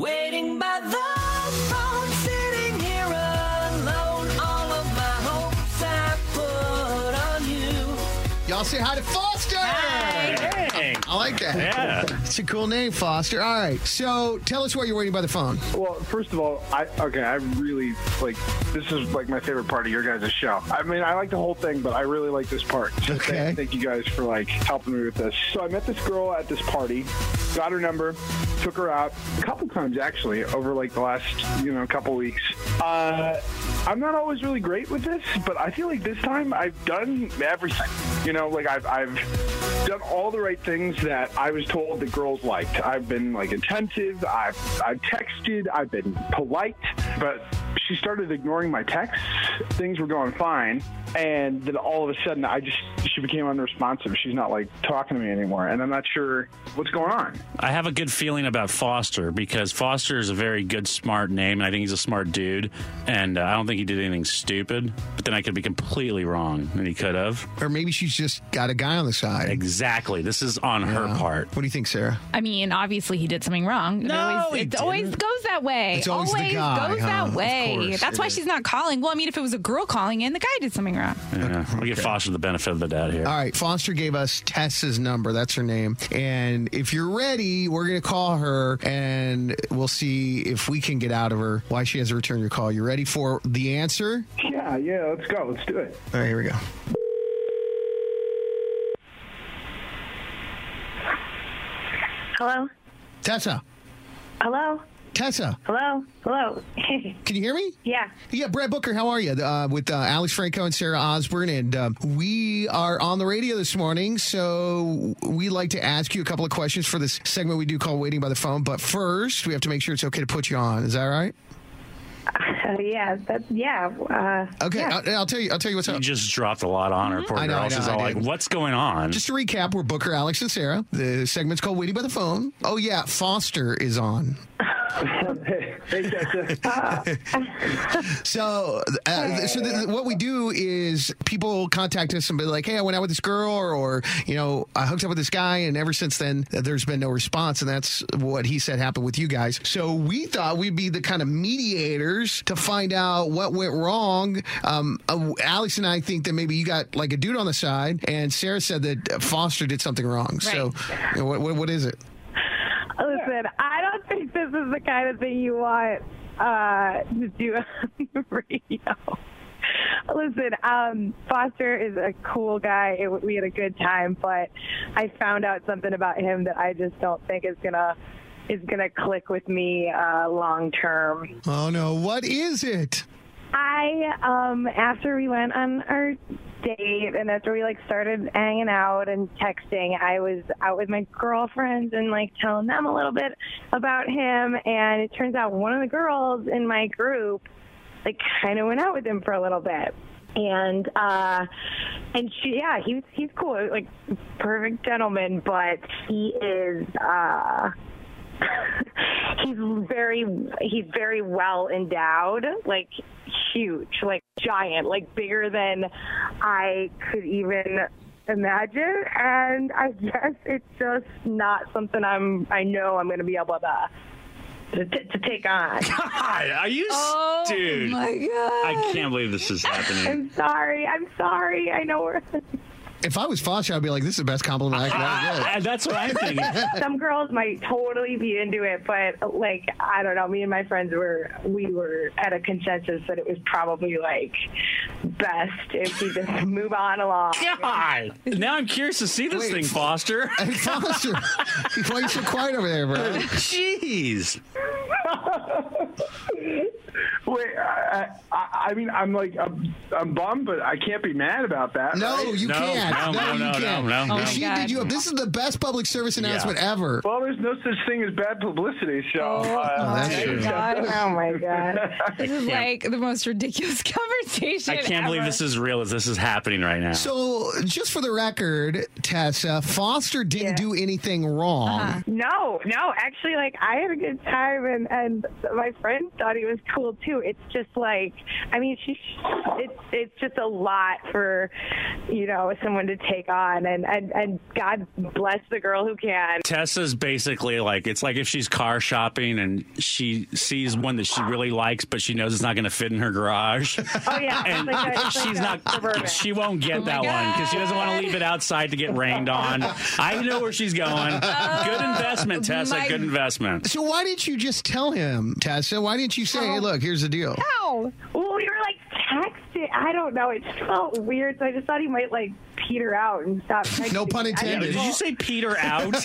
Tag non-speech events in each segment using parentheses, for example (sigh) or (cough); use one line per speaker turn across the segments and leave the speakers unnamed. Waiting by the phone, sitting here alone. All of my hopes I put on you.
Y'all say hi to Foster. I like that.
Yeah.
It's a cool name, Foster. All right. So tell us why you're waiting by the phone.
Well, first of all, I okay, I really like this is like my favorite part of your guys' show. I mean, I like the whole thing, but I really like this part. So
Okay.
thank- Thank you guys for like helping me with this. So I met this girl at this party, got her number, took her out a couple times actually over like the last you know couple weeks. Uh, I'm not always really great with this, but I feel like this time I've done everything. You know, like I've I've done all the right things that I was told that girls liked. I've been like attentive. I've I've texted. I've been polite, but she started ignoring my texts. Things were going fine, and then all of a sudden, I just she became unresponsive. She's not like talking to me anymore, and I'm not sure what's going on.
I have a good feeling about Foster because Foster is a very good, smart name, and I think he's a smart dude. And uh, I don't think he did anything stupid, but then I could be completely wrong, and he could have.
Or maybe she's just got a guy on the side.
Exactly. This is on her part.
What do you think, Sarah?
I mean, obviously he did something wrong.
No,
it
he
always, it
didn't.
always goes that way.
It's always the guy,
goes
huh? Of
that way.
course,
That's
it
why
is.
she's not calling. Well, I mean, if it was a girl calling in, the guy did something wrong.
Yeah. We'll give Foster the benefit of the doubt here.
All right. Foster gave us Tessa's number. That's her name. And if you're ready, we're going to call her and we'll see if we can get out of her why she hasn't returned your call. You ready for the answer?
Yeah, yeah, let's go, let's do it. (laughs)
All right. Here we go.
Hello?
Tessa.
Hello?
Tessa.
Hello? Oh, Hello? (laughs)
Can you hear me?
yeah.
Yeah, Brad Booker, how are you? Uh, with uh, Alex Franco and Sarah Osborne, and um, we are on the radio this morning, so we like to ask you a couple of questions for this segment we do call "Waiting by the Phone." But first, we have to make sure it's okay to put you on. Is that right?
Uh, yeah. That, yeah. Uh,
Okay,
Yeah.
I, will tell you. I'll tell you what's
You
up.
just dropped a lot on her.
Mm-hmm.
Poor
I know,
girl.
I know,
She's
I
all
did.
like, what's going on? (laughs)
Just to recap, we're Booker, Alex, and Sarah. The segment's called "Waiting by the Phone." Oh yeah, Foster is on.
hey, hey, Tessa.
So, uh, so th- th- what we do is people contact us and be like, "Hey, I went out with this girl, or, or you know, I hooked up with this guy," and ever since then, uh, there's been no response, and that's what he said happened with you guys. So we thought we'd be the kind of mediators to find out what went wrong. Um, uh, Alex and I think that maybe you got like a dude on the side, and Sarah said that uh, Foster did something wrong. So, you know, what, what, what is it?
Listen, I don't think this is the kind of thing you want uh, to do (laughs) on the radio. Listen, um, Foster is a cool guy. It, we had a good time, but I found out something about him that I just don't think is gonna is gonna click with me uh, long term.
Oh no, what is it?
I um after we went on our date and after we like started hanging out and texting, I was out with my girlfriends and like telling them a little bit about him and it turns out one of the girls in my group like kind of went out with him for a little bit. And uh and she yeah, he's he's cool, like perfect gentleman, but he is uh (laughs) he's very he's very well endowed like huge like giant like bigger than i could even imagine and i guess it's just not something i'm i know i'm going to be able to to, to take on
God, are you. s- dude. I can't believe this is happening.
i'm sorry i'm sorry i know we're
If I was Foster, I'd be like, "This is the best compliment I could (laughs)
(laughs)
ever get."
Ah, that's what I'm
(laughs)
thinking.
some girls might totally be into it, but like I don't know. Me and my friends were we were at a consensus that it was probably like best if we just (laughs) move on along.
God. Now I'm curious to see this
Wait. (laughs)
thing, Foster.
Foster, why are you so quiet over there, bro?
Jeez.
Wait, I, I, I mean, I'm like, I'm, I'm bummed, but I can't be mad about that.
No,
right?
you
No,
can't. No,
no, no,
you
no, no,
can't.
no,
Oh
If
my
she
God.
did you up, this is the best public service announcement ever.
Well, there's no such thing as bad publicity, so.
Oh,
uh,
Oh, that's
my
true.
God.
Oh my god.
This is like the most ridiculous (laughs) conversation.
I can't believe
ever.
this is real as this is happening right now.
So, just for the record, Tessa, Foster didn't
Yeah. Uh-huh.
do anything wrong.
No, no, actually, like I had a good time, and and my friend thought he was cool too. It's just like, I mean, she, it's it's just a lot for, you know, someone to take on, and and and God bless the girl who can.
Tessa's basically like it's like if she's car shopping and she sees one that she really likes, but she knows it's not going to fit in her garage.
(laughs) Oh yeah,
(laughs)
it's
And
like a- it's like
she's
a
not.
Suburban.
She won't
Oh
get that one because she doesn't want to leave it outside to get rained on. I know where she's going. Good investment, Tessa.
Oh, my-
Good investment.
So, why didn't you just tell him, Tessa? Why didn't you say,
Oh.
hey, look, here's the deal?
Ow.
Well, we were like texting. I don't know. It just felt weird, so I just thought he might like peter out and stop.
(laughs)
Texting.
No pun
I didn't
intended.
Did you say Peter out?
(laughs)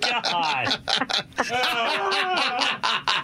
God.